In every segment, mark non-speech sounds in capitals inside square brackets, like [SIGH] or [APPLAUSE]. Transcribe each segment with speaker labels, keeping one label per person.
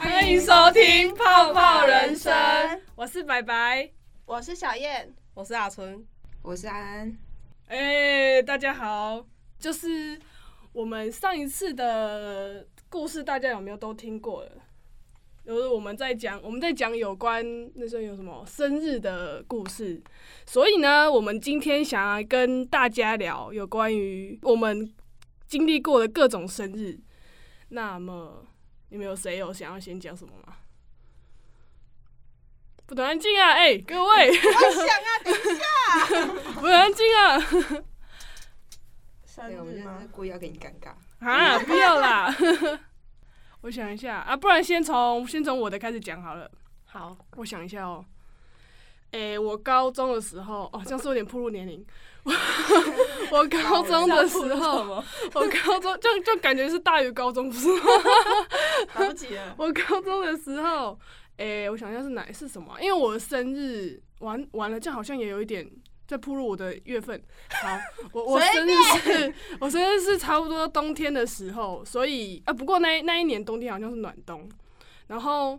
Speaker 1: 欢迎收听《泡泡人生》，我是白白，
Speaker 2: 我是小燕，
Speaker 1: 我是阿春。
Speaker 3: 我是安安，
Speaker 1: 哎、大家好，就是我们上一次的故事，大家有没有都听过了？就是我们在讲我们在讲有关那时候有什么生日的故事，所以呢，我们今天想要跟大家聊有关于我们经历过的各种生日。那么，你们有谁有想要先讲什么吗？不能安静啊！哎、各位，
Speaker 2: 我想啊，等一下，
Speaker 1: [LAUGHS] 不能安静啊！
Speaker 2: 生哎
Speaker 3: 对，我们现在是？故意要给你尴尬。
Speaker 1: 啊，不要啦！ [LAUGHS] 我想一下啊，不然先从先从我的开始讲好了。
Speaker 2: 好，
Speaker 1: 我想一下哦。诶、我高中的时候，哦，这样是有点暴露年龄。我我高中的时候，我高中就就感觉是大于高中，不是吗？
Speaker 2: 来不及 [LAUGHS] 了。
Speaker 1: [LAUGHS] 我高中的时候，诶、我想一下是哪是什么啊、因为我的生日完完了，这样好像也有一点在铺入我的月份。好，我我生日是，我生日是差不多冬天的时候，所以啊，不过那一那一年冬天好像是暖冬，然后。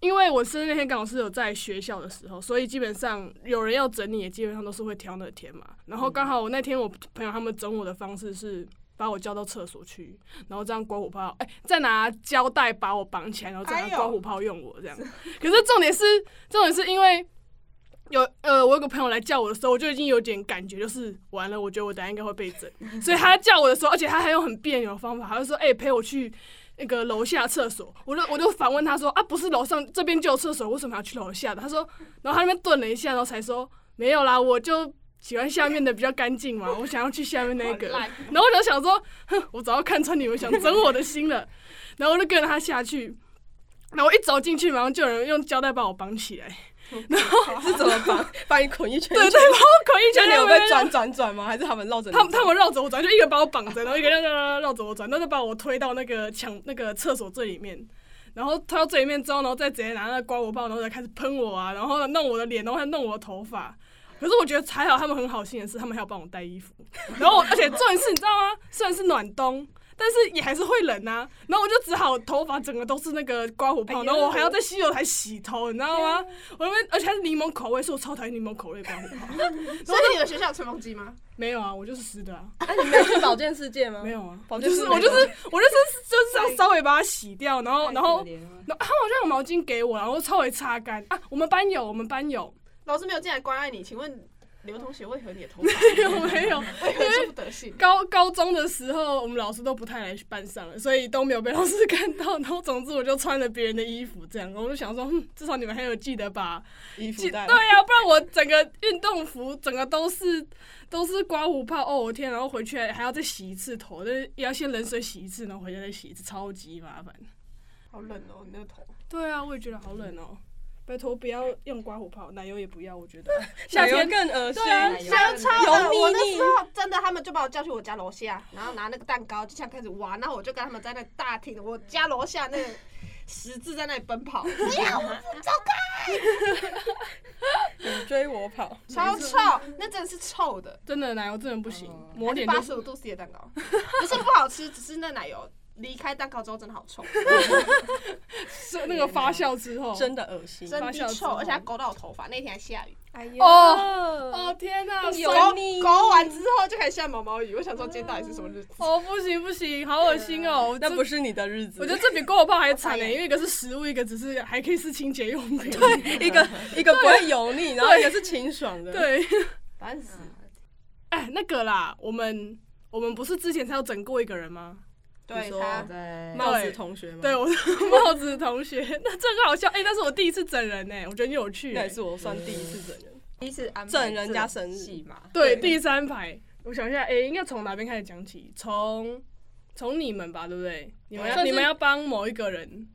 Speaker 1: 因为我生日那天刚好是有在学校的时候，所以基本上有人要整理，也基本上都是会挑那天嘛。然后刚好我那天我朋友他们整我的方式是把我叫到厕所去，然后这样刮胡泡，哎、再拿胶带把我绑起来，然后再
Speaker 2: 哎
Speaker 1: 拿
Speaker 2: 呦
Speaker 1: 刮胡泡用我这样。可是重点是，重点是因为有呃，我有个朋友来叫我的时候，我就已经有点感觉，就是完了，我觉得我等下应该会被整，所以他叫我的时候，而且他还用很别扭的方法，他就说：“哎、陪我去那个楼下厕所。”我就我就反问他说：“啊，不是楼上这边就有厕所，为什么要去楼下的？”他说，然后他那边顿了一下，然后才说：“没有啦，我就喜欢下面的比较干净嘛，我想要去下面那个。”然后我就想说，哼，我早要看穿你们想整我的心了，然后我就跟着他下去，然后我一走进去，马上就有人用胶带把我绑
Speaker 4: [LAUGHS]
Speaker 1: 起来，
Speaker 4: 是怎么绑？把你捆一圈？
Speaker 1: 对对，把我捆一
Speaker 4: 就
Speaker 1: 圈，
Speaker 4: 你
Speaker 1: 然后
Speaker 4: 有
Speaker 1: 我们
Speaker 4: 被转转转吗？还是他们绕着你
Speaker 1: 他
Speaker 4: 转？
Speaker 1: 们他们绕着我转，就一个把我绑着，然后一个绕绕绕着我转，然后就把我推到那个墙那个厕所最里面，然后推到最里面之后，然后再直接拿那个刮胡泡，然后再开始喷我啊，然后弄我的脸，然后还弄我的头发。可是我觉得还好，他们很好心的是，他们还有帮我带衣服。然后我，而且重点是，你知道吗？虽然是暖冬，但是也还是会冷啊。然后我就只好头发整个都是那个刮胡泡，然后我还要在洗手台洗头，你知道吗？我那边而且还是柠檬口味，是我超讨厌柠檬口味的刮胡泡。
Speaker 2: 所以你们学校有吹风机吗？
Speaker 1: 没有啊，我就是湿的啊。
Speaker 4: 哎，你没有去保健世界 [LAUGHS] 吗？
Speaker 1: 没。有啊，
Speaker 4: 嗯保
Speaker 1: 我
Speaker 4: 健
Speaker 1: 就是
Speaker 4: 室
Speaker 1: 我
Speaker 4: 没
Speaker 1: 就
Speaker 4: 有
Speaker 1: 是我就是 [LAUGHS] 就是这样稍微把它洗掉，然后然后
Speaker 3: 太可怜了
Speaker 1: 然后他啊们好像有毛巾给我，然后稍微擦干啊。我们班有，我们班有，
Speaker 2: 老师没有进来关爱你，请问刘同学为何你的头发 [LAUGHS]
Speaker 1: 有没有？
Speaker 2: 为何这副德性？
Speaker 1: 高高中的时候，我们老师都不太来班上了，所以都没有被老师看到。然后总之我就穿了别人的衣服，这样我就想说，嗯，至少你们还有记得把
Speaker 4: 衣
Speaker 1: 记
Speaker 4: 服
Speaker 1: 对
Speaker 4: 带。
Speaker 1: 呀、不然我整个运动服整个都是都是刮胡泡，哦我天，然后回去还还要再洗一次头，就是要先冷水洗一次，然后回家再洗一次，超级麻烦。
Speaker 2: 好冷哦，你那个头。
Speaker 1: 对啊，我也觉得好冷哦。拜托不要用刮胡泡，奶油也不要，我觉
Speaker 4: [LAUGHS]
Speaker 1: 得夏
Speaker 4: 奶油
Speaker 1: 天
Speaker 4: 更恶心哎
Speaker 1: 对。啊
Speaker 3: 有
Speaker 2: 香超的，
Speaker 4: 油腻腻
Speaker 2: 我那时候真的，他们就把我叫去我家楼下，然后拿那个蛋糕就像开始挖，然后我就跟他们在那个大厅，我家楼下那个十字在那里奔跑， [LAUGHS]
Speaker 4: 你追我跑，
Speaker 2: 超臭，那真的是臭的，
Speaker 1: 真的奶油真的不行
Speaker 3: 哦，
Speaker 1: 抹脸
Speaker 2: 八
Speaker 1: 就是
Speaker 2: 十五度 C 的蛋糕， [LAUGHS] 不是不好吃，只是那奶油离开蛋糕之后真的好臭，
Speaker 1: 是那个发酵之后。
Speaker 4: 真的恶心。
Speaker 2: 真
Speaker 1: 发酵之后
Speaker 2: 的臭，而且还勾到我头发，那天还下雨，
Speaker 4: 哎呦
Speaker 1: 哦哦天哪，
Speaker 4: 有
Speaker 1: 酸
Speaker 2: 勾
Speaker 4: 油腻
Speaker 2: 勾完之后就开始下毛毛雨，我想说今天到底是什么日子？
Speaker 1: 哦不行不行，好恶心哦！我
Speaker 4: 啊那
Speaker 1: 这
Speaker 4: 不是你的日子。
Speaker 1: 我觉得这比刮胡泡还惨
Speaker 2: 我
Speaker 1: 呢，
Speaker 2: 傻
Speaker 4: [LAUGHS]
Speaker 2: 眼
Speaker 1: 因为一个是食物，一个只是还可以是清洁用品。对
Speaker 4: 一个一个不会油腻，然后也是清爽的。， [LAUGHS]
Speaker 1: 对，
Speaker 2: 烦死！
Speaker 1: 哎，那个啦，我们我们不是之前才有整过一个人吗？
Speaker 2: 对
Speaker 4: 你说
Speaker 2: 他，
Speaker 3: 对，
Speaker 4: 帽子同学吗？
Speaker 1: 对，，我的 [LAUGHS] 帽子同学，那这个好笑哎、那是我第一次整人哎、我觉得你有趣、
Speaker 4: 那
Speaker 1: 欸
Speaker 4: 也。是我算第一次整人。
Speaker 3: 第一次安排
Speaker 4: 整人家生日
Speaker 3: 这种戏嘛，
Speaker 1: 对，第三排，我想一下，哎、应该从哪边开始讲起？从从你们吧，对不对？你们
Speaker 4: 对
Speaker 1: 要
Speaker 4: 算
Speaker 1: 你
Speaker 4: 是
Speaker 1: 们要帮某一个人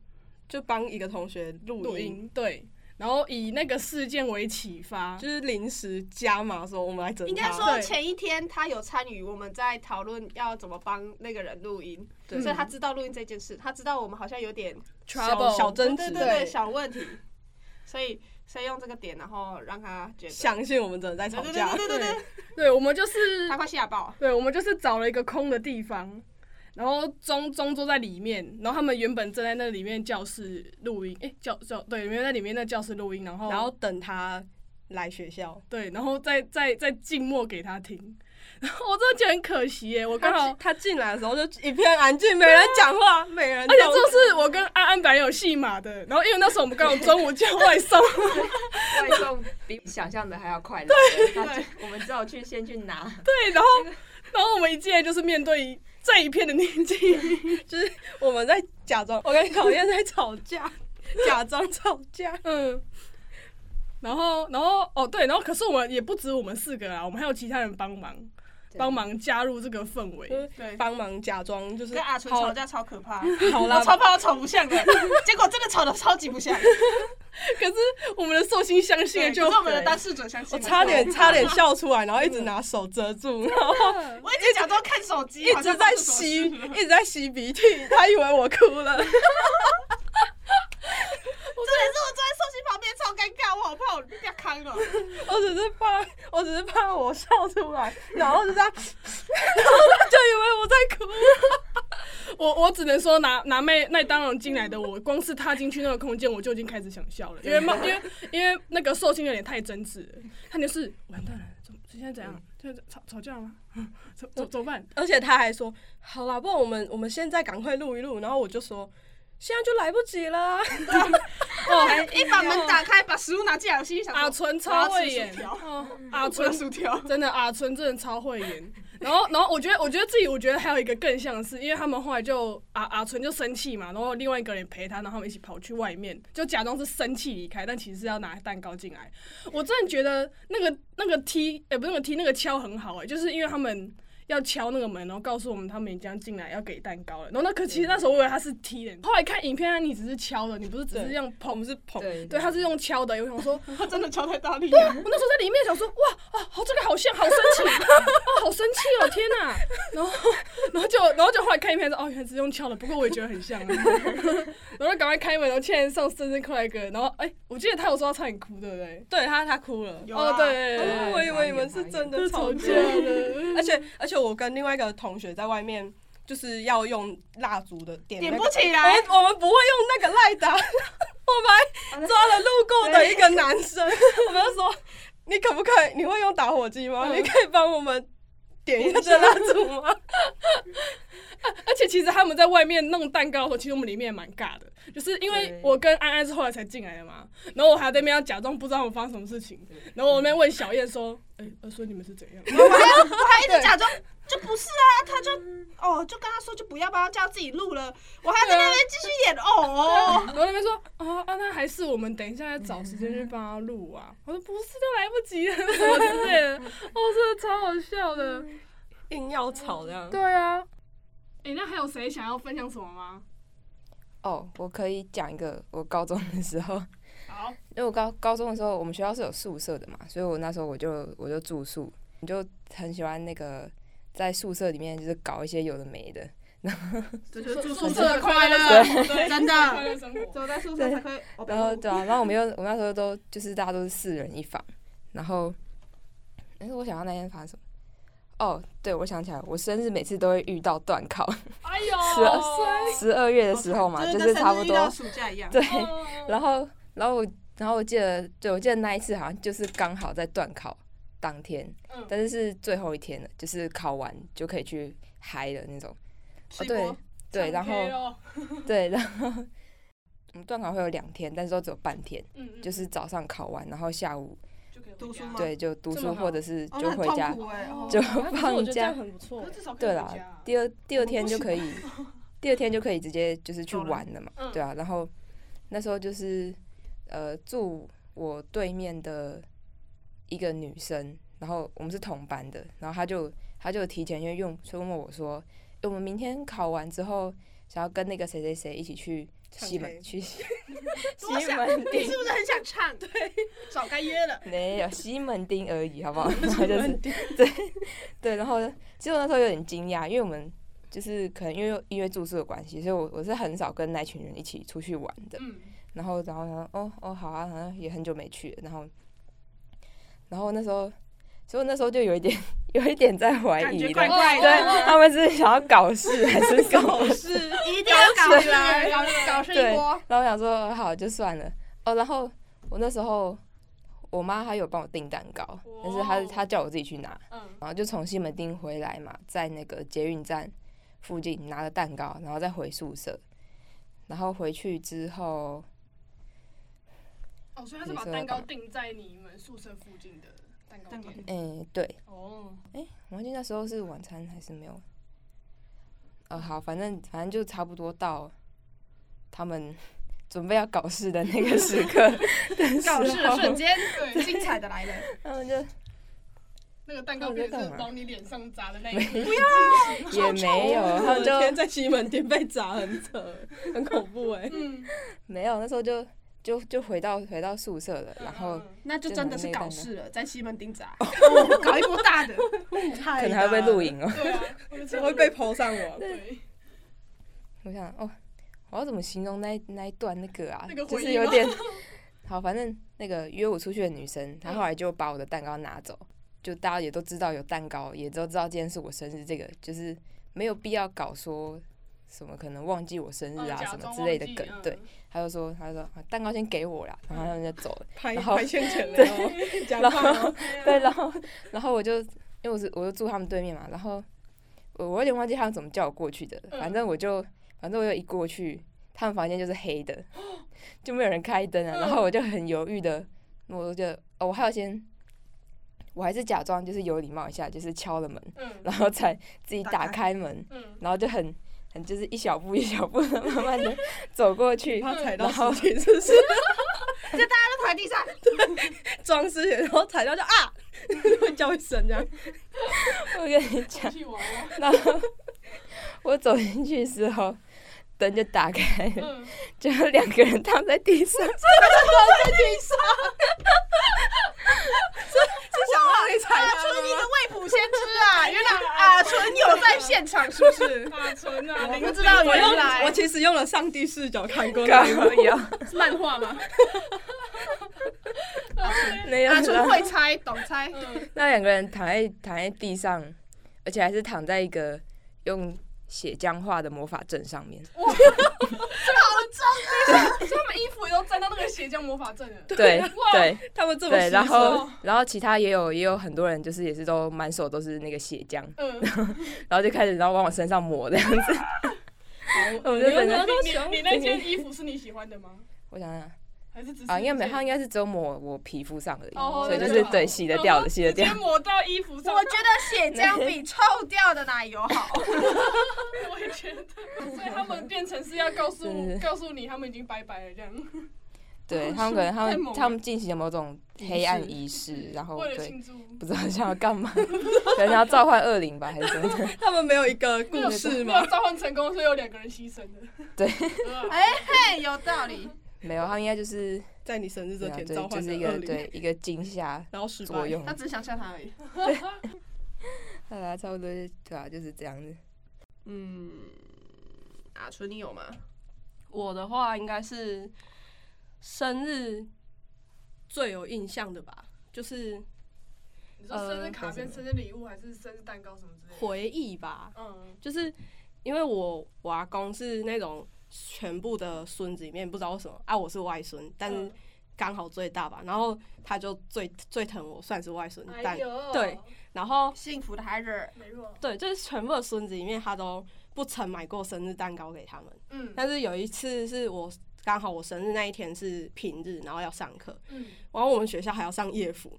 Speaker 4: 就帮一个同学
Speaker 1: 录
Speaker 4: 录音，
Speaker 1: 音，对，然后以那个事件为启发，
Speaker 4: 就是临时加码说我们来整他。
Speaker 2: 应该
Speaker 1: 对
Speaker 2: 说前一天他有参与我们在讨论要怎么帮那个人录音，
Speaker 4: 对
Speaker 2: 所以他知道录音这件事，他知道我们好像有点
Speaker 4: 小
Speaker 1: trouble
Speaker 4: 小争
Speaker 2: 对
Speaker 4: 执，
Speaker 2: 对对小问题，所以先用这个点，然后让他觉得
Speaker 4: 相信我们真的在吵
Speaker 2: 对对
Speaker 4: 架
Speaker 2: 对，对对对，
Speaker 1: 对，我们就是
Speaker 2: 他快吓爆。
Speaker 1: 对，我们就是找了一个空的地方，然后中中坐在里面，然后他们原本正在那里面教室录音，诶，教教对，原本在里面那教室录音，然后
Speaker 4: 然后等他来学校，
Speaker 1: 对，然后再再再静默给他听， [LAUGHS] 然后我真的觉得很可惜耶，我刚
Speaker 4: 他
Speaker 1: 好
Speaker 4: 进。他进来的时候就一片安静，没人讲 [LAUGHS] 话，没人
Speaker 1: [LAUGHS] 而
Speaker 4: 动，
Speaker 1: 且这是我跟安安本来有戏码的，然后因为那时候我们刚好中午叫外送，
Speaker 3: 外送比想象的还要快乐。对对，我们只好去先去拿。
Speaker 1: [LAUGHS] [LAUGHS] 对，然后然后我们一进来就是面对这一片的宁静，
Speaker 4: 就是我们在假装，我跟考验在吵 [LAUGHS] 架，假装吵架。
Speaker 1: 嗯， [LAUGHS] 然后，然后，哦，对，然后可是我们也不止我们四个啊啦，我们还有其他人帮忙，
Speaker 3: 对
Speaker 1: 帮忙加入这个氛围。
Speaker 2: 对，
Speaker 4: 帮忙假装就是
Speaker 2: 跟阿纯
Speaker 4: 好
Speaker 2: 吵架超可怕，
Speaker 4: 好
Speaker 2: 我
Speaker 4: 啦，
Speaker 2: 超怕我吵不像的，结果真的吵得超级不像。
Speaker 1: 可是我们的寿星相信了
Speaker 2: 对，
Speaker 1: 就
Speaker 2: 可是我们的当事者相信
Speaker 4: 我
Speaker 2: 了
Speaker 4: 差点差点笑出来，然后一直拿手遮住，然后
Speaker 2: 我一直假装看手机，
Speaker 4: 一
Speaker 2: 好
Speaker 4: 直
Speaker 2: 像
Speaker 4: 在
Speaker 2: 不是什么
Speaker 4: 吸，
Speaker 2: 事
Speaker 4: 一直在吸鼻涕，他以为我哭了。
Speaker 2: 重点是我坐在寿星旁边超尴尬，我好怕我掉坑了。
Speaker 4: 我只是怕，我只是怕我笑出来，然后就这样，然后他就以为我在哭。
Speaker 1: [LAUGHS] 我我只能说拿拿麦麦当劳进来的我，光是踏进去那个空间，我就已经开始想笑了，因为麦因为因为那个寿星有点太真挚了，他就是完蛋了，怎么现在怎样？现在吵吵架了吗？ [LAUGHS] 嗯怎怎怎么办？
Speaker 4: [LAUGHS] 而且他还说：“好啦，不然我们我们现在赶快录一录。”然后我就说：“现在就来不及啦。
Speaker 2: 哦，一把门打开，把食物拿进来，我心里想
Speaker 1: 阿
Speaker 2: 说，
Speaker 1: 纯
Speaker 2: 我要
Speaker 1: 超
Speaker 2: 吃
Speaker 1: 会
Speaker 2: 薯
Speaker 1: 演，
Speaker 2: 条
Speaker 1: 哦
Speaker 2: [LAUGHS]
Speaker 1: 阿
Speaker 2: 我的
Speaker 1: 纯
Speaker 2: 薯条。
Speaker 1: 真的阿春真的超会演。然后，然后我觉得，我觉得自己，我觉得还有一个更像是，因为他们后来就阿阿春就生气嘛，然后另外一个人陪他，然后他们一起跑去外面，就假装是生气离开，但其实是要拿蛋糕进来。我真的觉得那个那个踢，呃，不是那个踢，那个敲很好哎、就是因为他们要敲那个门，然后告诉我们他们已经进来要给蛋糕了。然后那可其实那时候我以为他是踢的，后来看影片，你只是敲的，你不是只是
Speaker 4: 对
Speaker 1: 这样
Speaker 4: 我
Speaker 1: 碰
Speaker 4: 们，是捧，
Speaker 3: 对
Speaker 1: 对，他是用敲的。我想说，
Speaker 2: 他真的敲太大力了，
Speaker 1: 我那时候在里面想说，哇，啊，好，这个好像好生气，啊，好生气哦，天哪！然后，然后就，然后就后来看一片说，哦，原来是用敲的，不过我也觉得很像、啊。 [LAUGHS] 然后就赶快开门，然后倩上生日快乐歌，然后哎、我记得他有说他差点哭，对不对？
Speaker 4: 对他他哭了。
Speaker 2: 有
Speaker 1: 哦，
Speaker 2: 啊
Speaker 1: 对对对
Speaker 4: 哦
Speaker 1: 对
Speaker 4: 我以为你们是真的
Speaker 1: 吵
Speaker 4: 吵架
Speaker 1: 架。了。
Speaker 4: 而且而且我跟另外一个同学在外面就是要用蜡烛的点那
Speaker 2: 点
Speaker 4: 个，
Speaker 2: 不起
Speaker 4: 我
Speaker 2: 来
Speaker 4: 们。我们不会用那个赖达，我们还抓了路过的一个男生，我们就说你可不可以，你会用打火机吗？
Speaker 1: 嗯
Speaker 4: 你可以帮我们点一下这蜡烛吗？
Speaker 1: 而且其实他们在外面弄蛋糕的时候，其实我们里面也蛮尬的，就是因为
Speaker 3: 对
Speaker 1: 我跟安安是后来才进来的嘛，然后我还在那边要假装不知道我发生什么事情，然后我那边问小燕说：“哎、呃所以你们是怎样？”
Speaker 2: 我还我还一直假装就不是啊，他就哦，就跟他说就不要帮他叫他自己录了，我还在那边继续演哦。
Speaker 1: 然后那边说哦啊，那还是我们等一下再找时间去帮他录啊。我说不是，都来不及了，什么之类 [LAUGHS] 的。哦，真的超好笑的。
Speaker 4: 硬要吵这样。
Speaker 1: 对啊，哎、那还有谁想要分享什么吗？
Speaker 3: 哦，我可以讲一个，我高中的时候，
Speaker 1: 好，
Speaker 3: 因为我高高中的时候，我们学校是有宿舍的嘛，所以我那时候我就我就住宿，我就很喜欢那个在宿舍里面就是搞一些有的没的，
Speaker 2: 这
Speaker 1: 宿舍的快乐，
Speaker 2: 乐，
Speaker 1: 快
Speaker 2: 真的。
Speaker 1: 乐生活。
Speaker 2: 走在宿舍才哦可以，我
Speaker 3: 然后对啊，然后我们又我那时候都就是大家都是四人一房，然后，但是我想到那天发生什么？哦，对，我想起来了，我生日每次都会遇到断考，
Speaker 1: 哎呦，
Speaker 3: 是啊十二月的时候
Speaker 2: 哦
Speaker 3: 嘛，就是差不多
Speaker 2: 暑假一样。
Speaker 3: 对，
Speaker 1: 对
Speaker 3: 然后然后我然后我记得，对我记得那一次好像就是刚好在断考当天，
Speaker 1: 嗯
Speaker 3: 但是是最后一天了，就是考完就可以去嗨的那种。哦，对对，然后
Speaker 1: 后
Speaker 3: 对，然后 [LAUGHS] 我们断考会有两天，但是都只有半天，
Speaker 1: 嗯嗯，
Speaker 3: 就是早上考完，然后下午
Speaker 1: 就可以回家
Speaker 2: 读书吗
Speaker 3: 对，就读
Speaker 1: 这
Speaker 3: 书
Speaker 1: 么好
Speaker 3: 或者是
Speaker 2: 哦
Speaker 3: 就
Speaker 2: 那很
Speaker 3: 回
Speaker 2: 痛
Speaker 3: 家。
Speaker 2: 苦哎哦
Speaker 3: 就
Speaker 4: 啊可是我觉得
Speaker 3: 放
Speaker 4: 这样
Speaker 3: 假
Speaker 4: 很不错
Speaker 1: 可是。至少可以
Speaker 3: 对
Speaker 1: 回家
Speaker 3: 啦，第二第二天就可以， [LAUGHS] 第二天就可以直接就是去
Speaker 2: 走了
Speaker 3: 玩了嘛，
Speaker 1: 嗯
Speaker 3: 对啊。然后那时候就是呃住我对面的一个女生，然后我们是同班的，然后她就她就提前因为用就问我说，诶我们明天考完之后想要跟那个谁谁谁一起去
Speaker 4: 唱
Speaker 3: 西
Speaker 4: K
Speaker 3: 门去西
Speaker 2: 多想
Speaker 3: 门
Speaker 2: 你
Speaker 3: 町
Speaker 2: 是，不是很想唱？对，早该约了。[LAUGHS]
Speaker 3: 没有西门町而已，好不好？然后就是对， [LAUGHS] 然后呢其实我那时候有点惊讶，因为我们就是可能因为因为住宿的关系，所以我我是很少跟那群人一起出去玩的。
Speaker 1: 嗯，
Speaker 3: 然后然后然后哦哦好啊，好像也很久没去了，然后然后那时候，所以我那时候就有一点 [LAUGHS] 有一点在怀
Speaker 2: 感觉
Speaker 3: 疑
Speaker 2: 怪
Speaker 3: 的，
Speaker 2: 怪
Speaker 3: 对
Speaker 2: 的，
Speaker 3: 他们是想要搞事
Speaker 2: [LAUGHS]
Speaker 3: 还是什么？
Speaker 4: 是
Speaker 2: 一定要搞起来，搞搞事一
Speaker 3: 对
Speaker 2: 波。
Speaker 3: 然后我想说好就算了哦，然后我那时候我妈她有帮我订蛋糕，但是她
Speaker 1: 哇哦
Speaker 3: 她叫我自己去拿，
Speaker 1: 嗯，
Speaker 3: 然后就从西门町回来嘛，在那个捷运站附近拿了蛋糕，然后再回宿舍，然后回去之后
Speaker 1: 哦，所以他是把蛋糕定在你们宿舍附近的蛋糕
Speaker 2: 蛋糕
Speaker 1: 店。
Speaker 3: 嗯对，
Speaker 1: 哦，
Speaker 3: 哎、我忘记那时候是晚餐还是没有。呃，好，反正反正就差不多到他们准备要搞事的那个时刻的时
Speaker 2: 搞事的
Speaker 3: 候，
Speaker 2: 瞬间，
Speaker 1: 对，
Speaker 2: 精彩的来了。
Speaker 3: 他们就
Speaker 1: 那个蛋糕饼是往你脸上砸的那一个。
Speaker 3: 也没有，
Speaker 4: 我
Speaker 3: 他们
Speaker 4: [LAUGHS] 的天，
Speaker 3: 就
Speaker 4: 在西门町被砸很扯，很恐怖哎、
Speaker 1: 嗯，
Speaker 3: 没有。那时候就就就回到回到宿舍
Speaker 1: 嗯
Speaker 3: 了，然后
Speaker 2: 那就真
Speaker 3: 真
Speaker 2: 的
Speaker 3: 的
Speaker 2: 是
Speaker 3: 是
Speaker 2: 搞
Speaker 3: 搞
Speaker 2: 事
Speaker 3: 事
Speaker 2: 了，在西门町砸，哦搞一波大的，
Speaker 4: 太
Speaker 3: 可能还会被录，影哦。
Speaker 1: 对啊，我就
Speaker 4: 会被抛上网。
Speaker 1: 对，
Speaker 3: [LAUGHS] 我想哦，我要怎么形容那一那一段那个啊？
Speaker 1: 那个
Speaker 3: 就
Speaker 1: 回忆
Speaker 3: 是有
Speaker 1: 吗 [LAUGHS]
Speaker 3: 点 [LAUGHS] 好，反正那个约我出去的女生，
Speaker 1: 嗯
Speaker 3: 她后来就把我的蛋糕拿走，就大家也都知道有蛋糕，也都知道今天是我生日，这个就是没有必要搞说什么可能忘记我
Speaker 1: 嗯
Speaker 3: 生
Speaker 1: 哦
Speaker 3: 日啊什么之类的梗。对，，她就说她就说、啊、蛋糕先给我啦，然后他们就走了。
Speaker 4: 拍
Speaker 3: 然后
Speaker 4: 拍圈
Speaker 3: [LAUGHS]
Speaker 4: 钱了哦，假
Speaker 3: 然
Speaker 4: 发哦，
Speaker 3: [LAUGHS] 对，然后然后我就因为我是我就住他们对面嘛，然后我我有点忘记他们怎么叫我过去的，反正我就反正我就一过去，他们房间就是黑的，就没有人开灯啊，然后我就很犹豫的，我就哦我还要先。我还是假装就是有礼貌一下，就是敲了门，
Speaker 1: 嗯
Speaker 3: 然后才自己
Speaker 2: 打
Speaker 3: 打
Speaker 2: 开
Speaker 3: 开门，
Speaker 1: 嗯，
Speaker 3: 然后就很很就是一小步一小步的 [LAUGHS] 慢慢的走过去，
Speaker 4: 他踩到
Speaker 3: 然后
Speaker 4: 尸体是不是？
Speaker 2: 他躺地上，
Speaker 4: 装尸体，然后踩到就啊， [LAUGHS] 会叫一声这
Speaker 3: [LAUGHS]
Speaker 4: 样。
Speaker 3: [LAUGHS] 我跟你讲，
Speaker 1: 去玩了，
Speaker 3: [LAUGHS] 然后我走进去之后，灯就打开了，
Speaker 1: 嗯，
Speaker 3: 就有两个人躺在地上，
Speaker 4: 是想让你踩
Speaker 2: 啊，
Speaker 4: 到
Speaker 2: 春一的未卜先知啊，原来啊，春有在现场，是不是？
Speaker 1: 大纯 [LAUGHS] 啊，
Speaker 2: 我不知道
Speaker 4: 我
Speaker 2: 原
Speaker 4: 用我
Speaker 2: 来
Speaker 4: 其实用了上帝视角看过那一幕，
Speaker 3: 有
Speaker 1: 是漫画吗？
Speaker 3: 没有
Speaker 2: 啊，春
Speaker 3: 了？
Speaker 2: 会猜，懂猜，
Speaker 1: [LAUGHS] 嗯，
Speaker 3: 那两个人躺在躺在地上，而且还是躺在一个用血浆画的魔法阵上面。
Speaker 1: [LAUGHS] 所以他们衣服也都沾到那个血浆魔法阵
Speaker 4: [LAUGHS]
Speaker 1: 了。
Speaker 3: 对
Speaker 1: 哇
Speaker 3: 对
Speaker 4: 他们这么
Speaker 3: 对，
Speaker 4: 细
Speaker 3: 然
Speaker 4: 说，
Speaker 3: 后然后其他也有也有很多人就是也是都满手都是那个血浆，
Speaker 1: 嗯，
Speaker 3: 然后就开始然后往我身上抹这样 [LAUGHS] 子。 [LAUGHS] 我们就
Speaker 4: 你
Speaker 3: 等
Speaker 4: 们
Speaker 3: 着，
Speaker 4: 都
Speaker 1: 你
Speaker 4: 想
Speaker 1: 你你那件衣服是你喜欢的吗？
Speaker 3: 我想想
Speaker 1: 还是只是
Speaker 3: 啊，应该没有，
Speaker 1: 一件
Speaker 3: 他应该是只有抹我皮肤上而已，
Speaker 1: 哦
Speaker 3: 所以就
Speaker 1: 对
Speaker 3: 是
Speaker 1: 对
Speaker 3: 对洗得掉的，洗得
Speaker 1: 直
Speaker 3: 掉
Speaker 1: 接。抹到衣服上。
Speaker 2: 我觉得血浆比臭掉的奶油好。
Speaker 1: [LAUGHS] 我也觉得，所以他们变成是要告诉
Speaker 3: 真是
Speaker 1: 告诉你他们已经拜拜了这样，
Speaker 4: 哦
Speaker 3: 对他们可能他
Speaker 1: 太猛了
Speaker 3: 们他们进行了某种黑暗仪式，然后
Speaker 1: 为了
Speaker 3: 哦对
Speaker 1: 庆祝。
Speaker 3: 不知道想要干嘛， [LAUGHS] 可能要召唤恶灵吧，还是什么的。
Speaker 4: 他们没有一个
Speaker 1: 没有
Speaker 4: 故事
Speaker 1: 没有
Speaker 4: 吗？
Speaker 1: 召唤成功，所以有两个人牺牲的。
Speaker 3: 对
Speaker 1: 啊，
Speaker 2: 哎嘿，有道理。
Speaker 3: 没有，他们应该就是
Speaker 4: 在你生日这
Speaker 3: 对啊
Speaker 4: 天
Speaker 3: 对，
Speaker 4: 召
Speaker 3: 就
Speaker 4: 唤的
Speaker 3: 是一
Speaker 4: 恶
Speaker 3: 个
Speaker 4: 灵，
Speaker 3: 对一个惊吓
Speaker 4: 然后失败
Speaker 3: 作。用
Speaker 2: 他。只是想象他而已。
Speaker 3: 大概差不多就对啊，就是这样子。
Speaker 2: 嗯，啊，春你有吗？
Speaker 4: 我的话应该是生日最有印象的吧，就是
Speaker 1: [LAUGHS] 你说生
Speaker 3: 嗯
Speaker 1: 日卡片、生日礼物还是生日蛋糕什么之类的？
Speaker 4: 回忆吧，
Speaker 1: 嗯，
Speaker 4: 就是因为我我阿公是那种全部的孙子里面不知道为什么啊，我是外孙，但是
Speaker 1: 嗯
Speaker 4: 刚好最大吧，然后他就最最疼我，算是外孙，但
Speaker 1: 哎呦
Speaker 4: 对，然后
Speaker 2: 幸福的孩子，
Speaker 1: 没错，
Speaker 4: 对，就是全部的孙子里面，他都不曾买过生日蛋糕给他们。
Speaker 1: 嗯
Speaker 4: 但是有一次是我刚好我生日那一天是平日，然后要上课，
Speaker 1: 嗯，
Speaker 4: 然后我们学校还要上夜辅，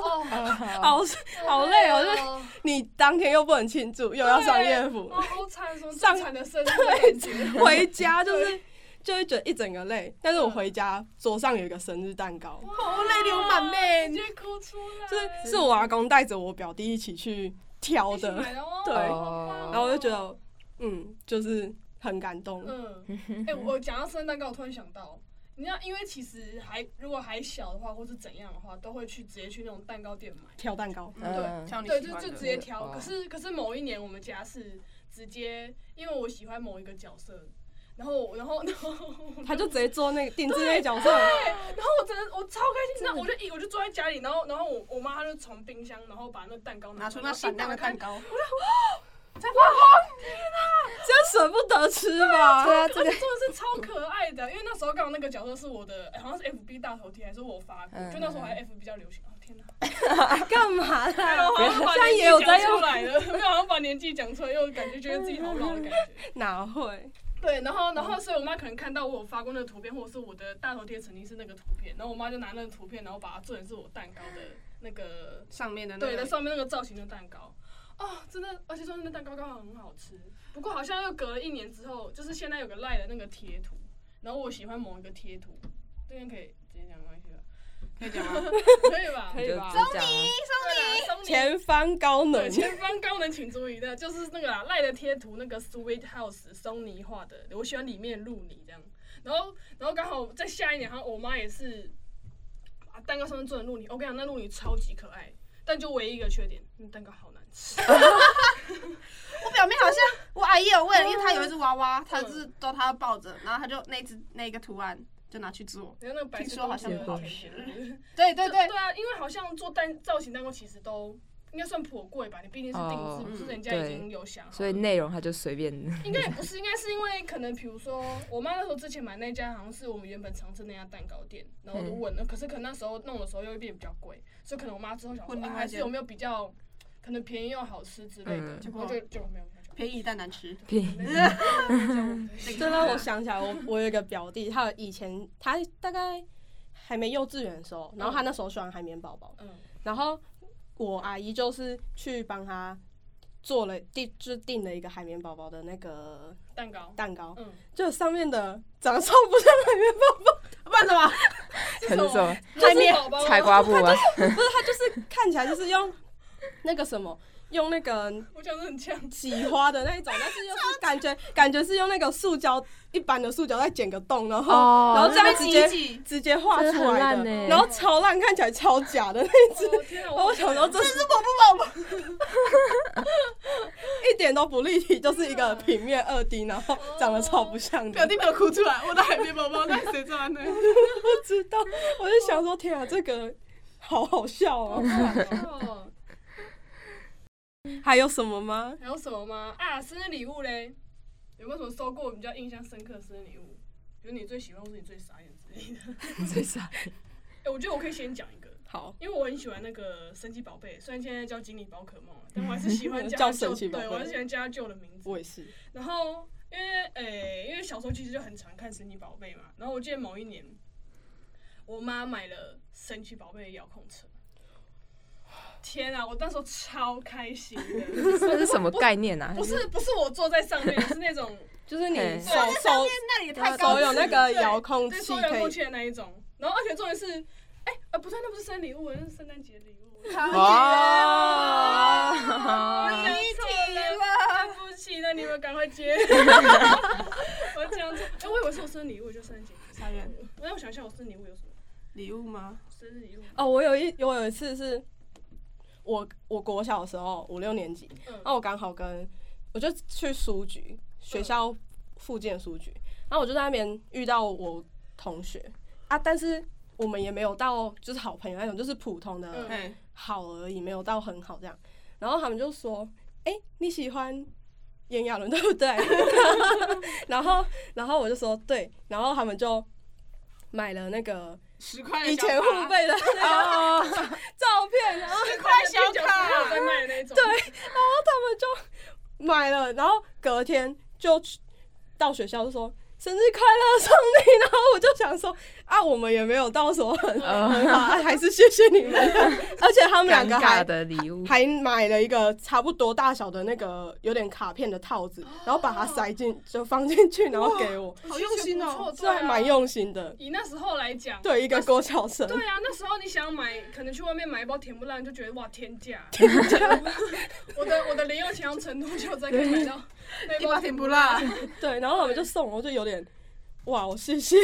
Speaker 1: 哦，
Speaker 4: [LAUGHS] 好 [LAUGHS] 好累哦，就是
Speaker 1: 哦，
Speaker 4: 你当天又不能庆祝，又要上夜辅，
Speaker 1: 哦，好惨，什么
Speaker 4: 上
Speaker 1: 最惨的生日感觉？
Speaker 4: [LAUGHS] 回家就是就会觉得一整个累。但是我回家桌上有一个生日蛋糕，
Speaker 1: 好
Speaker 2: 泪流满面
Speaker 1: 直接哭出来，
Speaker 4: 就是是我阿公带着我表弟一起去挑
Speaker 1: 一起 [LAUGHS]
Speaker 4: 的，
Speaker 1: 买的哦，
Speaker 4: 对
Speaker 1: 好棒哦
Speaker 4: 然后我就觉得，嗯，就是很感动。
Speaker 1: 嗯，哎、我讲到生日蛋糕，我突然想到，你知道，因为其实还如果还小的话，或是怎样的话，都会去直接去那种蛋糕店买，
Speaker 4: 挑蛋糕，
Speaker 3: 嗯，
Speaker 2: 像你
Speaker 1: 对，
Speaker 2: 喜
Speaker 1: 就
Speaker 2: 欢
Speaker 1: 就直
Speaker 2: 的。
Speaker 1: 接挑。
Speaker 3: 哦
Speaker 1: 可是可是某一年我们家是直接，因为我喜欢某一个角色，然后然后然后
Speaker 4: 他就直接做那个定制那个角 [LAUGHS] 色，
Speaker 1: 然后我真的我超开心，那我就一我就坐在家里，然后然后我我妈她就从冰箱然后把那个蛋糕
Speaker 2: 拿出
Speaker 1: 出
Speaker 2: 那闪亮的蛋
Speaker 1: 糕，
Speaker 2: 糕，
Speaker 1: 才发光。
Speaker 4: 这样舍不得吃吧？
Speaker 3: [LAUGHS] 对啊，这
Speaker 1: 而且
Speaker 3: 个
Speaker 1: 真的是超可爱的，啊因为那时候刚好那个角色是我的，好像是 FB 大头贴还是我发过，
Speaker 3: 嗯
Speaker 1: 就那时候还 FB 比较流行。哦天哪，
Speaker 4: 啊干嘛
Speaker 1: [LAUGHS]
Speaker 4: 啦？
Speaker 1: 好像把
Speaker 4: 现在
Speaker 1: 年纪
Speaker 4: 也有在
Speaker 1: 讲出
Speaker 4: 用，
Speaker 1: 来了，没有好像把年纪讲出来，又感觉觉得自己好老的感觉。
Speaker 4: [LAUGHS] 哪会？
Speaker 1: 对，然后然后所以我妈可能看到我有发过那个图片，或者是我的大头贴曾经是那个图片，然后我妈就拿那个图片，然后把它做成是我蛋糕的那个，
Speaker 2: 上面的
Speaker 1: 对，那上面那个造型的蛋糕。哦，真的，而且说那蛋糕刚好很好吃，不过好像又隔了一年之后，就是现在有个赖的那个贴图，然后我喜欢某一个贴图，这边可以直接讲没关系吧？
Speaker 2: 可以讲
Speaker 4: [LAUGHS]
Speaker 2: 吗？
Speaker 1: 可以吧？
Speaker 4: 可以吧
Speaker 3: 就就这样啊
Speaker 1: 对啦，松林
Speaker 4: 前方高能
Speaker 1: 对，，前方高能请注意的，就是那个啦，赖的贴图，那个 Sweet House 松泥画的，我喜欢里面露泥这样。然后，然后刚好在下一年，好像我妈也是把蛋糕上面做成露泥，我跟你讲，那露泥超级可爱，但就唯一一个缺点，那蛋糕好难吃。
Speaker 2: 我表妹好
Speaker 4: [LAUGHS]
Speaker 2: 像我阿姨有问，因为她有一只娃
Speaker 4: 嗯
Speaker 2: 娃，她就是都她抱着，然后她就那只那个图案就拿去做。
Speaker 1: 你看那个白
Speaker 2: 听
Speaker 1: 色
Speaker 2: 说好像
Speaker 1: 不
Speaker 2: 不好
Speaker 1: 吃。
Speaker 2: 对对对，
Speaker 1: 对啊，因为好像做蛋造型蛋糕其实都应该算颇贵吧，你毕竟是定制，
Speaker 3: 哦
Speaker 1: 不是人家已
Speaker 3: 对
Speaker 1: 经有想好了。
Speaker 3: 所以内容他就
Speaker 4: [LAUGHS]
Speaker 3: 随便。
Speaker 1: 应该也不是，应该是因为可能，比如说我妈那时候之前买那家好像是我们原本常吃那家蛋糕店，然后
Speaker 3: 嗯
Speaker 1: 我就问了，可是可能那时候弄的时候又会变比较贵，所以可能我妈之后想说、
Speaker 2: 问
Speaker 1: 啊
Speaker 2: 另外一
Speaker 1: 还是
Speaker 2: 间
Speaker 1: 有没有比较可能便宜又好吃之类的，
Speaker 3: 嗯
Speaker 1: 结果就就没有。
Speaker 2: 便宜但难吃。
Speaker 3: 屁
Speaker 1: 没有没有没有
Speaker 4: 这让我想起来，我我有一个表弟，他以前他大概还没幼稚园的时候，然后他那时候喜欢海绵宝宝，
Speaker 1: 嗯
Speaker 4: 然后我阿姨就是去帮他做了订，就订了一个海绵宝宝的那个
Speaker 1: 蛋糕，
Speaker 4: 蛋糕，
Speaker 1: 嗯，
Speaker 4: 就上面的长得超不像海绵宝
Speaker 2: 不然什么？
Speaker 3: 还是什么
Speaker 1: 就是
Speaker 4: 海绵
Speaker 1: 宝宝
Speaker 3: 菜瓜布啊？
Speaker 4: 宝，不是他就是看起来就是用那个什么。用那个
Speaker 1: 我讲的很呛，
Speaker 4: 挤花的那一种，但是又是感觉感觉是用那个塑胶一般的塑胶再剪个洞，然后、
Speaker 3: 哦
Speaker 4: 然后这样直
Speaker 2: 挤
Speaker 4: 接
Speaker 2: 一挤，
Speaker 4: 直接画出
Speaker 3: 真的很
Speaker 4: 来
Speaker 3: 烂
Speaker 4: 的，
Speaker 3: 欸
Speaker 4: 然后超烂，看起来超假的那一只。
Speaker 1: 哦天啊，
Speaker 4: 然后 [LAUGHS] 我想说，这是
Speaker 2: 我不宝宝，
Speaker 4: 一点都不立体，就是一个平面二 D，然后长得超不像
Speaker 2: 表
Speaker 4: 的。
Speaker 2: 弟没有哭出来，我的海绵宝宝，那谁穿
Speaker 4: [LAUGHS]
Speaker 2: 的？
Speaker 4: 不知道，我就想说，天啊，这个好好笑
Speaker 1: 好
Speaker 4: 哦。
Speaker 1: 惨哦
Speaker 4: 还有什么吗？
Speaker 1: 还有什么吗？啊，生日礼物嘞，有没有什么收过比较印象深刻的生日礼物？有你最喜欢或是你最傻眼之类
Speaker 4: [LAUGHS]
Speaker 1: 的？
Speaker 3: 最傻。
Speaker 1: 哎、我觉得我可以先讲一个，
Speaker 4: 好，
Speaker 1: 因为我很喜欢那个神奇宝贝，虽然现在叫精灵宝可梦了，啊但我还是喜欢
Speaker 4: [LAUGHS] 叫
Speaker 1: 它旧
Speaker 4: 神奇宝贝
Speaker 1: 对，我还是喜欢叫它旧的名字。
Speaker 4: 我也是。
Speaker 1: 然后因为诶、因为小时候其实就很常看神奇宝贝嘛，然后我记得某一年，我妈买了神奇宝贝的遥控车。天啊！我那时候超开心的， [LAUGHS]
Speaker 3: 这是什么概念啊？
Speaker 1: 不是不是我坐在上面，是那种
Speaker 4: 就是你
Speaker 3: 对
Speaker 4: 手手
Speaker 2: [LAUGHS] 那里也太高
Speaker 4: 手
Speaker 2: 级
Speaker 4: 有那个遥控
Speaker 1: 对，
Speaker 4: 器
Speaker 1: 收遥
Speaker 4: 可
Speaker 1: 控
Speaker 4: 以，
Speaker 1: 器的那一种。然后而且重点是，哎、啊不对，那不是生日礼物，那是圣诞节礼物。 [LAUGHS] 讲
Speaker 4: 啊哎
Speaker 3: 哦，
Speaker 1: 错了，对不起，那你们赶快接。 [LAUGHS] 我讲错，哎，我以为是我生日礼物，就生日节。
Speaker 2: 傻眼
Speaker 1: 让我想一下，我生日礼物有什么？
Speaker 2: 礼物吗？
Speaker 1: 生日礼物，
Speaker 4: 哦，我有一我有一次是我我国小的时候五六年级，
Speaker 1: 嗯
Speaker 4: 然后我刚好跟我就去书局，学校附近的书局，然后我就在那边遇到我同学啊，但是我们也没有到就是好朋友那种，就是普通的
Speaker 1: 嗯
Speaker 2: 嘿，
Speaker 4: 好而已，没有到很好这样。然后他们就说：“哎、你喜欢炎亚纶对不对？” [LAUGHS] 然后然后我就说：“对。”然后他们就买了那个
Speaker 2: 十块
Speaker 4: 以前父辈的那 [LAUGHS] 个照片，然后
Speaker 1: 十块
Speaker 2: 小卡
Speaker 1: 在卖的那种。对，
Speaker 4: 买了，然后隔天就去到学校就说生日快乐送你，然后我就想说啊，我们也没有到什么很很好，啊还是谢谢你们，而且他们两
Speaker 3: 尴
Speaker 4: 个
Speaker 3: 尬
Speaker 4: 还。
Speaker 3: 的礼物。
Speaker 4: 还买了一个差不多大小的那个有点卡片的套子，然后把它塞进就放进去，然后给我，
Speaker 2: 好用心哦
Speaker 1: 不错啊
Speaker 4: 这还蛮。用心的。
Speaker 1: 以那时候来讲，
Speaker 4: 对一个郭晓生，
Speaker 1: 对啊，那时候你想买，可能去外面买一包甜不辣，就觉得哇天价。我的我的零用钱要存多久才可以买到那
Speaker 2: 一
Speaker 1: 包
Speaker 2: 包甜不辣，
Speaker 4: [LAUGHS] 对，然后他们就送我，就有点哇，我谢 [LAUGHS] 谢，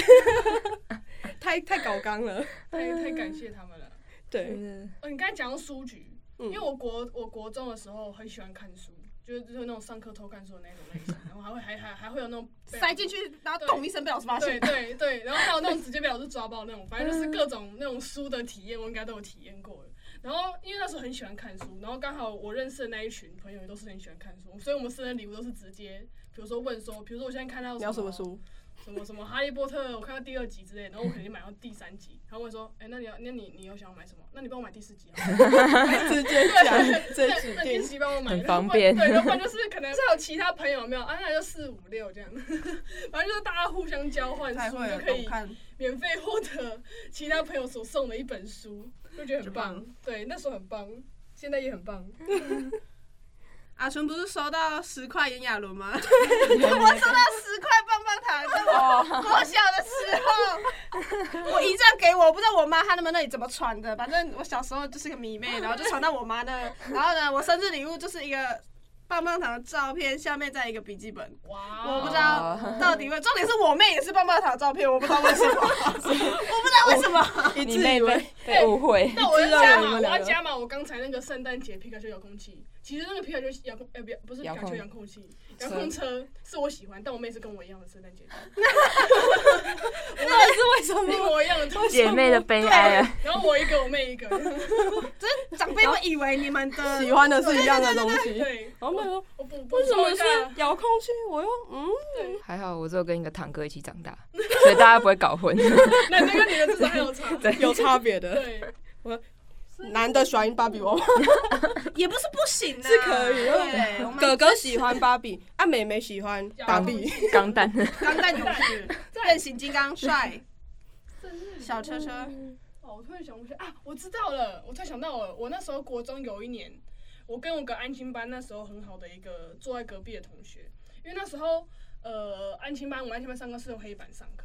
Speaker 4: 太太搞纲了。
Speaker 1: 太太感谢他们了。
Speaker 4: 对，
Speaker 3: 嗯
Speaker 1: 呃你刚才讲到书局，
Speaker 4: 嗯
Speaker 1: 因为我国我国中的时候很喜欢看书，就是就是那种上课偷看书的那种类型，然后还会还还还会有那种被
Speaker 2: 塞进去，然后咚一声被老师发
Speaker 1: 对
Speaker 2: 现。
Speaker 1: 对对，然后还有那种直接被老师抓包那种，反正就是各种那种书的体验，我应该都有体验过了。然后因为那时候很喜欢看书，然后刚好我认识的那一群朋友也都是很喜欢看书，所以我们生日礼物都是直接，比如说问说，比如说我现在看到
Speaker 4: 你要什么书？
Speaker 1: 什么什么哈利波特，我看到第二集之类，然后我肯定买到第三集。他问说，哎、那你要那你你有想要买什么？那你帮我买第四集好了。
Speaker 4: 直接讲，直接
Speaker 1: 那
Speaker 4: 指
Speaker 1: 那
Speaker 4: 定
Speaker 1: 第。七帮我买，
Speaker 3: 很
Speaker 1: 然后
Speaker 3: 方
Speaker 1: 不然
Speaker 3: 便
Speaker 1: 对，要不然就是可能是有其他朋友有没有啊，那就四五六这样，反正就是大家互相交换
Speaker 2: 太
Speaker 1: 书，
Speaker 2: 会
Speaker 1: 就
Speaker 2: 了，
Speaker 1: 可
Speaker 2: 懂
Speaker 1: 以
Speaker 2: 看。
Speaker 1: 免费获得其他朋友所送的一本书，就觉得很棒。对，那时候很棒，现在也很棒。
Speaker 2: 阿纯不是收到十块炎亚纶 [LAUGHS] 吗？我收到十块棒棒糖，在我国小的时候， [LAUGHS] 我姨丈给我，我不知道我妈她们那里怎么传的，反正我小时候就是个迷妹，然后就传到我妈 [LAUGHS] 那。然后呢，我生日礼物就是一个棒棒糖的照片，下面再一个笔记本。
Speaker 1: 哇
Speaker 2: 我不知
Speaker 3: 哦
Speaker 2: 道到底为，重点是我妹也是棒棒糖的照片，我不知道为什 [LAUGHS] 么，我不知道为什么。
Speaker 4: 你
Speaker 3: 你
Speaker 4: 自以
Speaker 3: 妹
Speaker 4: 为
Speaker 3: 被被
Speaker 4: [LAUGHS]
Speaker 3: 误会，
Speaker 1: 那我要
Speaker 4: 知道
Speaker 1: 加码，
Speaker 4: 我们
Speaker 1: 我
Speaker 4: 两
Speaker 1: 要
Speaker 4: 个
Speaker 1: 加码我刚才那个圣诞节皮卡丘遥控器。其实那个皮卡丘遥控，呃，不，不是皮
Speaker 3: 遥
Speaker 1: 卡丘
Speaker 3: 控
Speaker 1: 遥控器，遥控车是我喜欢，但我妹是跟我一样的圣诞
Speaker 4: [LAUGHS]
Speaker 1: 节，
Speaker 4: 那是为什
Speaker 1: 一
Speaker 4: 么？
Speaker 1: 模一样的东西。
Speaker 3: 姐妹的悲哀啊！
Speaker 1: 然后我一个，我妹一
Speaker 4: [LAUGHS]
Speaker 1: 个，
Speaker 2: 就是长辈会以为你们的
Speaker 4: 喜欢的是一样的东西。
Speaker 1: 对。
Speaker 4: 然后妹说
Speaker 1: 我补：“补
Speaker 4: 为什
Speaker 1: 充
Speaker 4: 么
Speaker 1: 一
Speaker 4: 是
Speaker 1: 下，
Speaker 4: 遥控器？”我又嗯，
Speaker 3: 还好我只有跟一个堂哥一
Speaker 4: [LAUGHS]
Speaker 3: 起长大，所以大家不会搞混。 [LAUGHS]
Speaker 1: 男的跟女的智商还有差。
Speaker 3: 对
Speaker 4: 有差别的。
Speaker 1: 对，
Speaker 4: [LAUGHS] 男的喜欢芭比娃娃，
Speaker 2: 也不是不行啊，
Speaker 4: 是可以
Speaker 2: 对，我们
Speaker 4: 哥哥喜欢芭比，啊，妹妹喜欢芭比。 [LAUGHS]
Speaker 3: 钢蛋，
Speaker 2: 钢弹勇士、变形金刚帅、小车车，
Speaker 1: 哦，我突然想不起来啊，我知道了，我突然想到了，我那时候国中有一年，我跟我个安亲班那时候很好的一个坐在隔壁的同学，因为那时候呃安亲班我们安亲班上课是用黑板上课。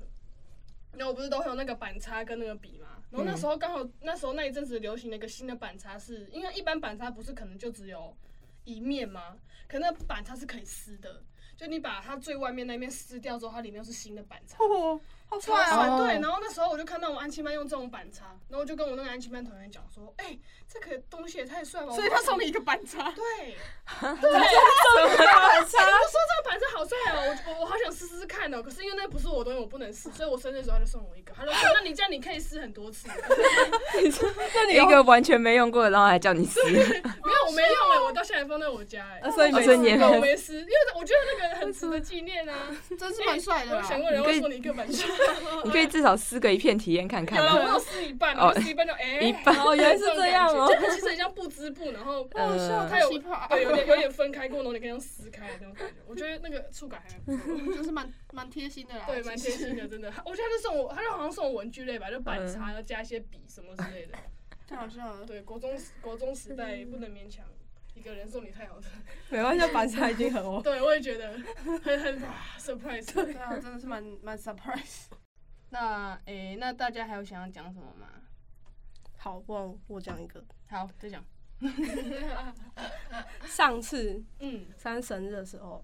Speaker 1: 然后我不是都会有那个板擦跟那个笔嘛，然后那时候刚好那时候那一阵子流行的一个新的板擦是，因为一般板擦不是可能就只有一面吗？可那板擦是可以撕的，就你把它最外面那面撕掉之后，它里面又是新的板擦。
Speaker 4: 哦，
Speaker 2: 好
Speaker 1: 超
Speaker 2: 帅
Speaker 1: 帅
Speaker 2: 哦！
Speaker 1: 对，然后那时候我就看到我们安琪班用这种板擦，然后我就跟我那个安琪班同学讲说，哎、这个东西也太帅了，
Speaker 2: 所以他送你一个板擦，
Speaker 1: 对，对，我
Speaker 4: 板擦，
Speaker 1: 就说这个板擦好帅哦，我我我好想试试看哦，可是因为那不是我的东西，我不能试，所以我生日的时候他就送我一个，他就说，那你这样你可以试很多次，
Speaker 4: 那你
Speaker 3: 一个完全没用过的，然后还叫
Speaker 4: [LAUGHS]
Speaker 3: 你撕，
Speaker 1: 没有，我没用哎、我到现在放在我家哎、
Speaker 4: 啊所以
Speaker 3: 哦
Speaker 4: 每
Speaker 3: 所以
Speaker 4: 次
Speaker 3: 你也
Speaker 1: 对我没撕，因为我觉得那个很值得纪念啊！
Speaker 2: 真是蛮帅的
Speaker 1: 我
Speaker 2: 啦。
Speaker 1: 想过人会送你一个板擦，
Speaker 3: 你可以至少撕个一片体验看看
Speaker 1: 有了，我
Speaker 3: 啊。
Speaker 1: 有撕一半，
Speaker 3: 哦
Speaker 1: 我撕一半就哎，
Speaker 3: [LAUGHS] 一半
Speaker 1: [LAUGHS]
Speaker 4: 哦原来是
Speaker 1: 种
Speaker 4: 这样
Speaker 3: [LAUGHS]
Speaker 4: 哦
Speaker 1: 感觉就其实很像不织布，然后
Speaker 2: 呃
Speaker 3: 嗯
Speaker 1: 像它有对有
Speaker 2: [LAUGHS]
Speaker 1: 点有点分开过，然后你可以用撕开的那种感觉，我觉得那个触感还蛮
Speaker 2: [LAUGHS] 就是蛮蛮贴心的啦
Speaker 1: 对，蛮贴心的，真的。我觉得他就送我，他就好像送我文具类吧，就板擦，要加一些笔什么之类的。
Speaker 2: 太好笑了。
Speaker 1: 对，国中国中时代不能勉强。一个人送你太好了，
Speaker 4: 没关系，板擦已经很哦。
Speaker 1: 对我也觉得很很哇 surprise。
Speaker 2: 对啊，真的是蛮蛮 surprise。那诶、那大家还有想要讲什么吗？
Speaker 4: 好，不然我讲一个。
Speaker 1: 好，再讲。
Speaker 4: 上次
Speaker 1: 嗯，
Speaker 4: 三生日的时候，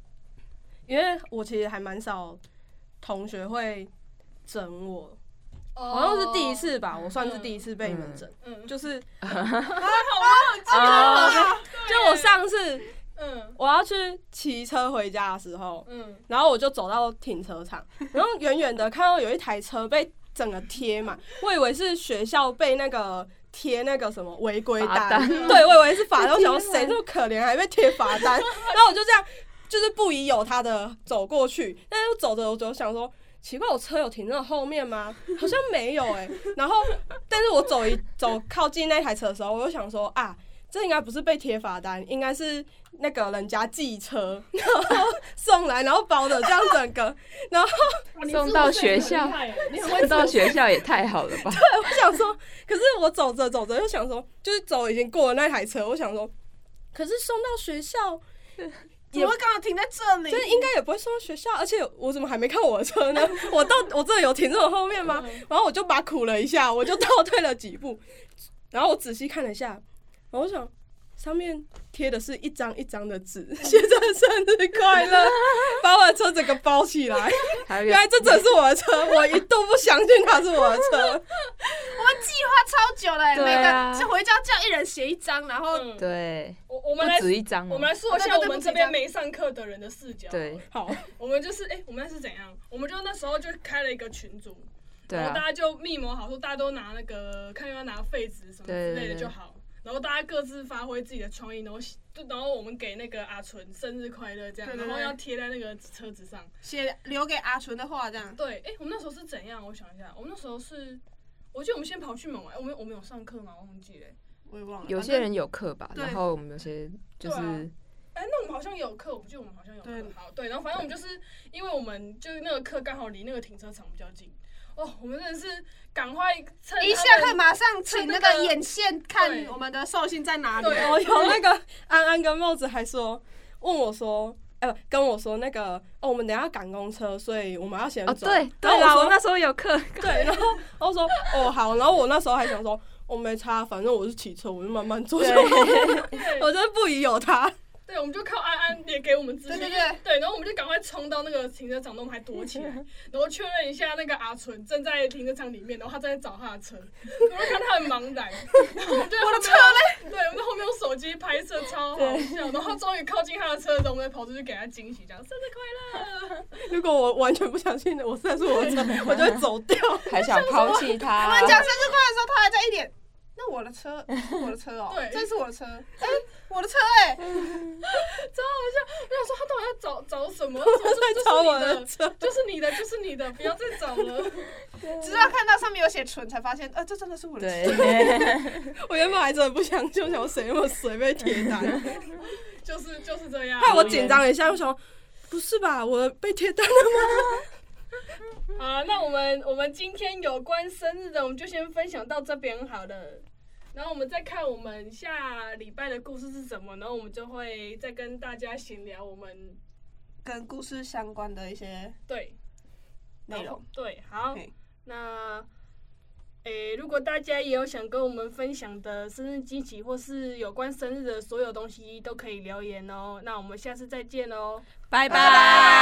Speaker 4: 因为我其实还蛮少同学会整我，好像是第一次吧，我算是第一次被你们整，
Speaker 1: 嗯，就
Speaker 4: 就是
Speaker 3: 哦，
Speaker 4: 就我上次
Speaker 1: 嗯
Speaker 4: 我要去骑车回家的时候，
Speaker 1: 嗯，
Speaker 4: 然后我就走到停车场，然后远远的看到有一台车被整个贴满，我以为是学校被那个贴那个什么违规单，
Speaker 3: 罚单
Speaker 4: 对我以为是罚单，我想说谁这么可怜还被贴罚单，然后我就这样就是不疑有他的走过去，但是走着我就想说。奇怪，我车有停在后面吗？好像没有哎、然后，但是我走一走靠近那台车的时候，我就想说啊，这应该不是被贴罚单，应该是那个人家寄车，然后送来，然后包的这样整个，然后
Speaker 1: 哇你
Speaker 3: 送
Speaker 1: 真的
Speaker 3: 到
Speaker 1: 是
Speaker 3: 学
Speaker 1: 很
Speaker 3: 校
Speaker 1: 厉害耶你很会
Speaker 3: 送到学校也太好了
Speaker 4: [LAUGHS]
Speaker 3: 吧？
Speaker 4: 我想说，可是我走着走着又想说，就是走已经过了那台车，我想说，可是送到学校，
Speaker 2: 怎么会刚好停在这里？
Speaker 4: 就是应该也不会送到学校，而且我怎么还没看我的车
Speaker 3: [LAUGHS]
Speaker 4: 呢？我到我这有停在我后面
Speaker 3: 嗯
Speaker 4: 吗？然后我就把苦了一下，我就倒退了几步，然后我仔细看了一下，然后我想。上面贴的是一张一张的纸，
Speaker 3: [LAUGHS]
Speaker 4: 写着“生日快乐”，把我的车整个包起来。
Speaker 3: 还有一
Speaker 4: 原来
Speaker 3: 个 [LAUGHS]
Speaker 4: 这只是我的车，我一度不相信它是我的车，
Speaker 2: 们计划超久了、欸，
Speaker 3: 对啊
Speaker 2: 每个是回家叫一人写一张，然后
Speaker 1: 嗯，
Speaker 3: 对，
Speaker 1: 我我
Speaker 3: 不
Speaker 1: 们来，
Speaker 3: 止一张
Speaker 1: 我
Speaker 3: 哦
Speaker 1: 们。来说一
Speaker 2: 哦
Speaker 1: 下
Speaker 2: 对对
Speaker 1: 我
Speaker 2: 对
Speaker 1: 们
Speaker 2: 不
Speaker 1: 这
Speaker 2: 止一
Speaker 1: 边
Speaker 2: 张
Speaker 1: 没上课的人的视角。
Speaker 3: 对，
Speaker 4: 好，
Speaker 1: 我们就是哎、我们是怎样？我们就那时候就开了一个群组，
Speaker 3: 对
Speaker 1: 然后大
Speaker 3: 啊，
Speaker 1: 家就密谋好说，大家都拿那个看要不要拿废纸什么之类的就好。然后大家各自发挥自己的创意，然后就然后我们给那个阿纯生日快乐这样，
Speaker 2: 对对
Speaker 1: 然后
Speaker 2: 对
Speaker 1: 要贴在那个车子上。
Speaker 2: 写留给阿纯的话这样。
Speaker 1: 对，哎、我们那时候是怎样？我想一下，我们那时候是，我记得我们先跑去门外，我们我们有上课吗？我忘记了、
Speaker 2: 我也忘了，
Speaker 3: 有些人有课吧，
Speaker 2: 对
Speaker 3: 然后我们有些就
Speaker 1: 对啊
Speaker 3: 是
Speaker 1: 哎、那我们好像有课，我不记得我们好像有课
Speaker 2: 对。
Speaker 1: 好，对，然后反正我们就是因为我们就是那个课刚好离那个停车场比较近。哦，我们真的是赶快趁
Speaker 2: 一下
Speaker 1: 他们
Speaker 2: 课马上请那个
Speaker 1: 趁那个
Speaker 2: 眼线看
Speaker 1: 对
Speaker 2: 我们的寿星在哪里。啊
Speaker 1: 对
Speaker 4: 哦，有那个安安跟帽子还说，问我说，哎、不，跟我说那个，哦，我们等一下赶公车，所以我们要先
Speaker 3: 哦，
Speaker 4: 走。
Speaker 3: 对对
Speaker 4: 然
Speaker 3: 啦，
Speaker 4: 后
Speaker 3: 我
Speaker 4: 我
Speaker 3: 那
Speaker 4: 说，
Speaker 3: 时候有课，
Speaker 4: [LAUGHS] 对，然后然后说，哦，好，然后我那时候还想说，我、没差，反正我是骑车，我就慢慢坐，就
Speaker 1: 对
Speaker 4: [LAUGHS] 我真的不疑有他。
Speaker 1: 对，我们就靠安安也给我们资讯，
Speaker 2: 对对
Speaker 1: 因为对，然后我们就赶快冲到那个停车场，然后我们还躲
Speaker 2: [LAUGHS]
Speaker 1: 起来，然后确认一下那个阿纯正在停车场里面，然后他正在找他的
Speaker 2: [LAUGHS]
Speaker 1: 车，然后看他很茫然，然后我们就我的车嘞，对，我们在后面用手机拍摄超好笑，然后终于靠近他的车，然后我们才跑出去给他惊喜，这样生日快乐，
Speaker 4: 如果我完全不相信的，我实在是我的车，我就会走掉。
Speaker 3: 还想抛弃 [LAUGHS] 他。
Speaker 2: 我们讲生日快乐的时候，他还在一脸，那我的车，是我的车哦，
Speaker 1: 对
Speaker 2: 这是我的车，哎，我的车哎，
Speaker 1: 超好笑，我想说他到底要找找
Speaker 4: [LAUGHS]
Speaker 1: 什么？他说这
Speaker 4: 在
Speaker 1: 这
Speaker 4: 找
Speaker 1: 是
Speaker 4: 我
Speaker 1: 你
Speaker 4: 的
Speaker 1: 的。
Speaker 4: 车，
Speaker 1: [LAUGHS] 就是你的，就是你的，不要再找了。 [LAUGHS]
Speaker 2: 直到看到上面有写纯，才发现，呃，这真的是我的车。
Speaker 3: [LAUGHS] 对，
Speaker 4: 我原本还真的不相信，我想说谁那么随便贴单，
Speaker 1: 就是就是这样。
Speaker 4: [LAUGHS] 害我紧张了一下，我想说不是吧，我被贴单了吗？
Speaker 1: 好啊，那我们我们今天有关生日的，我们就先分享到这边好了。然后我们再看我们下礼拜的故事是什么，然后我们就会再跟大家闲聊我们
Speaker 2: 跟故事相关的一些
Speaker 1: 对
Speaker 2: 内
Speaker 1: 然
Speaker 2: 容
Speaker 1: 后。对好
Speaker 2: 嘿。
Speaker 1: 那诶，如果大家也有想跟我们分享的生日惊喜或是有关生日的所有东西，都可以留言哦。那我们下次再见哦。
Speaker 3: 拜
Speaker 2: 拜拜。